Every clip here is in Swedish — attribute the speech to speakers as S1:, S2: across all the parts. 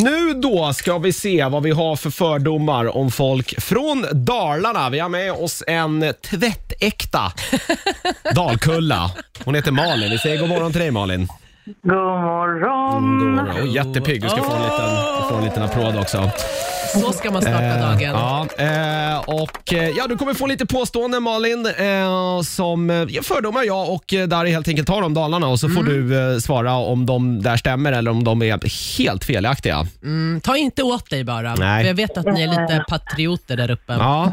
S1: Nu då ska vi se vad vi har för fördomar om folk från Dalarna. Vi har med oss en tvättäkta Dalkulla. Hon heter Malin. Vi säger god morgon till dig Malin.
S2: God morgon!
S1: Och jättepigg. Du ska få en liten, få en liten applåd också.
S3: Så ska man starta
S1: Eh,
S3: dagen.
S1: Ja, eh, och, eh, ja, du kommer få lite påståenden Malin, eh, som eh, fördomar jag och eh, Dari helt enkelt tar om Dalarna och så får du eh, svara om de där stämmer eller om de är helt felaktiga.
S3: Mm, ta inte åt dig bara.
S1: Nej.
S3: För jag vet att ni är lite patrioter där uppe.
S1: Ja,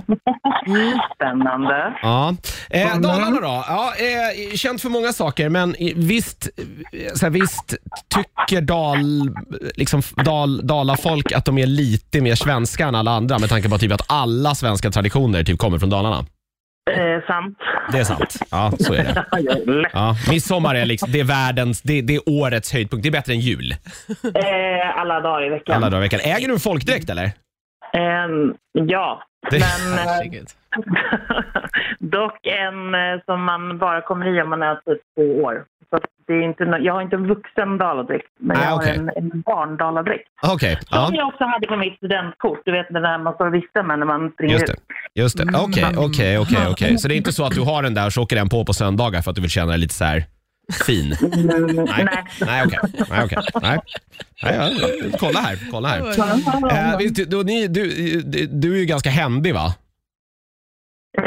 S2: Spännande.
S1: ja. Eh, Dalarna då? Ja, eh, känt för många saker, men i- visst, eh, så här, visst tycker Dal, liksom, Dal, Dalafolk att de är lite mer svenska än alla andra med tanke på typ att alla svenska traditioner typ kommer från Dalarna?
S2: Eh, sant.
S1: Det är sant. Ja, så är det. Ja, midsommar är, liksom, det är världens, det, det är årets höjdpunkt. Det är bättre än jul.
S2: Eh, alla dagar i veckan.
S1: Alla dagar i veckan. Äger du en folkdräkt eller?
S2: Eh, ja,
S1: Det-
S2: men eh,
S3: Herregud.
S2: dock en eh, som man bara kommer i om man är typ två år. Så att det är inte, nå- jag har inte en vuxen daladräkt, men
S1: Ah,
S2: jag
S1: okej.
S2: har en, en barndaladräkt.
S1: Okej.
S2: Som
S1: Ja.
S2: jag också hade på mitt studentkort. Du vet den där man står och viftar med när man springer
S1: Just
S2: ut.
S1: det. Just det. Okej, okej, okej, okej. Så det är inte så att du har den där och så åker den på på söndagar för att du vill känna dig lite så här fin?
S2: Mm,
S1: Nej,
S2: nej.
S1: nej okej. Nej, okej. Nej. Nej, ja. Kolla här. Kolla här. Eh, visst, du, du, ni- du, du, du är ju ganska händig va?
S2: Eh,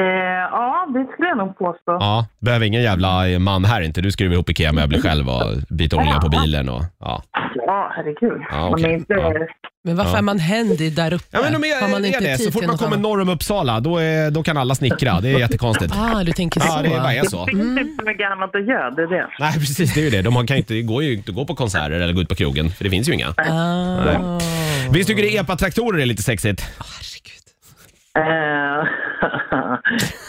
S2: ja, det skulle jag nog påstå.
S1: Ja. Behöver ingen jävla eh, man här inte. Du skruvar ihop IKEA-möbler själv och byter olja på bilen och ja.
S2: Ja, herregud.
S1: Ja,
S2: Man
S1: okej.
S2: är inte...
S1: Ja.
S3: Men varför
S1: Ja.
S3: är man händig där uppe?
S1: Ja, men de är,
S3: Har man
S1: är
S3: inte
S1: det.
S3: tid
S1: Så fort
S3: till
S1: man
S3: något
S1: kommer
S3: annat?
S1: norr om Uppsala, då, är, då kan alla snickra. Det är jättekonstigt.
S3: Ah, du tänker så.
S1: Ja, det bara är så.
S2: Det finns typ inte så mycket annat att göra, det är det.
S1: Nej, precis. Det är ju det. De kan ju inte, det går ju inte att gå på konserter eller gå ut på krogen, för det finns ju inga.
S3: Ah.
S1: Visst tycker du epatraktorer är lite sexigt?
S3: Herregud.
S2: Eh,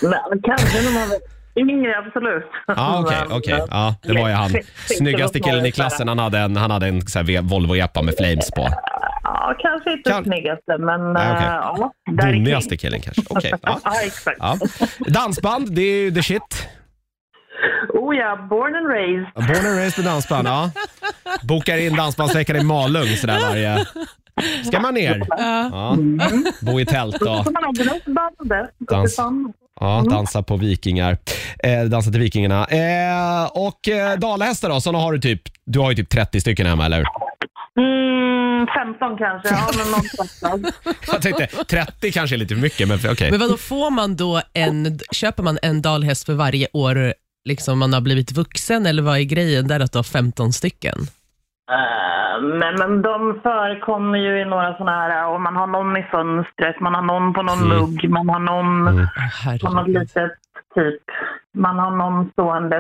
S2: men kanske när man var yngre, absolut.
S1: Ja, Ah, okej.
S2: Mm.
S1: okej. Ja, det var ju han. Snyggaste killen i klassen. Han hade en, han hade en så här ve- Volvo-epa med flames på.
S2: Ja, kanske inte
S1: Kan-
S2: snyggaste, men
S1: Nej,
S2: eh,
S1: okej.
S2: ja. där kring.
S1: Bommigaste killen kanske. Okej. Ja.
S2: Ja, exakt.
S1: Ja. Dansband, det är ju the shit.
S2: Oh ja, born and raised.
S1: Born and raised med dansband, ja. Bokar in dansbandsveckan i Malung sådär varje... Ska man ner? Ja. Bo i tält
S2: Då
S1: och...
S2: får man ha gruppbandet.
S1: Dans. Ja, dansa på vikingar. Eh, dansa till vikingarna. Eh, och eh, dalahästar då, såna har du typ, du har ju typ 30 stycken hemma, eller hur?
S2: Mm, 15 kanske. Ja, men någonstans.
S1: Jag tänkte 30 kanske är lite för mycket, men för- okej.
S3: Men vadå, får man då en, köper man en dalhäst för varje år liksom man har blivit vuxen eller vad är grejen där att du har 15 stycken?
S2: Eh, Men, men de förekommer ju i några sådana här, och man har någon i fönstret, man har någon på någon
S1: Mm.
S2: mugg, man har någon
S1: Mm.
S3: Ah,
S2: på något
S3: Herregud.
S2: litet, typ. Man har någon stående,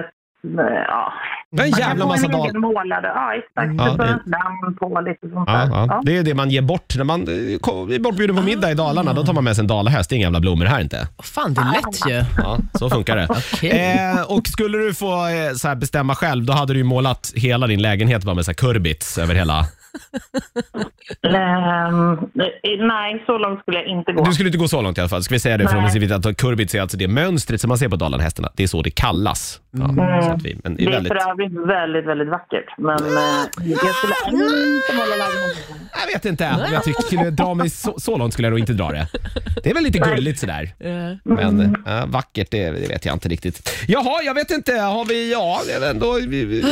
S2: eh, ja.
S1: Det är en
S2: Man kan
S1: jävla
S2: få
S1: massa
S2: en
S1: dal...
S2: egen målare. Ja, exakt.
S1: Ja,
S2: det står
S1: det-
S2: ett namn på lite sånt
S1: Ja,
S2: där.
S1: ja. Det är det man ger bort. När man eh, kom- är bortbjuden på middag i Dalarna, då tar man med sig en dalahäst. Det är inga jävla blommor här inte.
S3: Åh, Fan, det är lätt ju.
S1: Ja, så funkar det.
S3: Okej.
S1: Eh, och skulle du få eh, så här bestämma själv, då hade du ju målat hela din lägenhet bara med så här kurbits över hela.
S2: Ehm, eh, nej, så långt skulle jag inte gå.
S1: Du skulle inte gå så långt i alla fall. Ska vi säga det för
S2: Nej.
S1: de som inte vet att kurbits är alltså det mönstret som man ser på Dalanhästarna. Det är så det kallas. Ja, så att vi, men Mm. det
S2: Det
S1: är
S2: är
S1: väldigt...
S2: för övrigt väldigt, väldigt vackert. Men eh, jag skulle inte måla lägenheten.
S1: Jag vet inte. Men jag tycker, skulle jag dra mig så, så långt skulle jag nog inte dra det. Det är väl lite gulligt sådär.
S3: Eh,
S1: Men eh, vackert, det, det vet jag inte riktigt. Jaha, jag vet inte. Har vi... Ja, det är väl ändå... Vi, vi,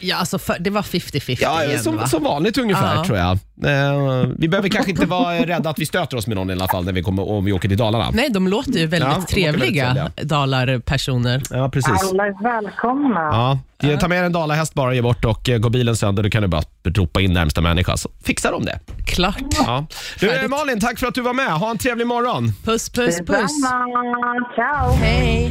S3: Ja, alltså för, det var 50-50
S1: ja
S3: igen
S1: som,
S3: va?
S1: som vanligt ungefär,
S3: Ja.
S1: tror jag. Eh, vi behöver kanske inte vara rädda att vi stöter oss med någon i alla fall när vi kommer, om vi åker till Dalarna.
S3: Nej, de låter ju väldigt
S1: Ja, de låter
S3: trevliga,
S1: väldigt
S3: dalarpersoner.
S1: Ja, precis.
S2: Alla är välkomna.
S1: Ja, ge- ta med en dalahäst bara, ge bort och eh, går bilen sönder då kan du bara ropa in närmsta människa så fixar de det.
S3: Klart.
S1: Ja. Du, eh,
S3: Färdigt.
S1: Malin, tack för att du var med. Ha en trevlig morgon.
S3: Puss, puss, puss.
S2: Detsamma. Ciao.
S3: Hej.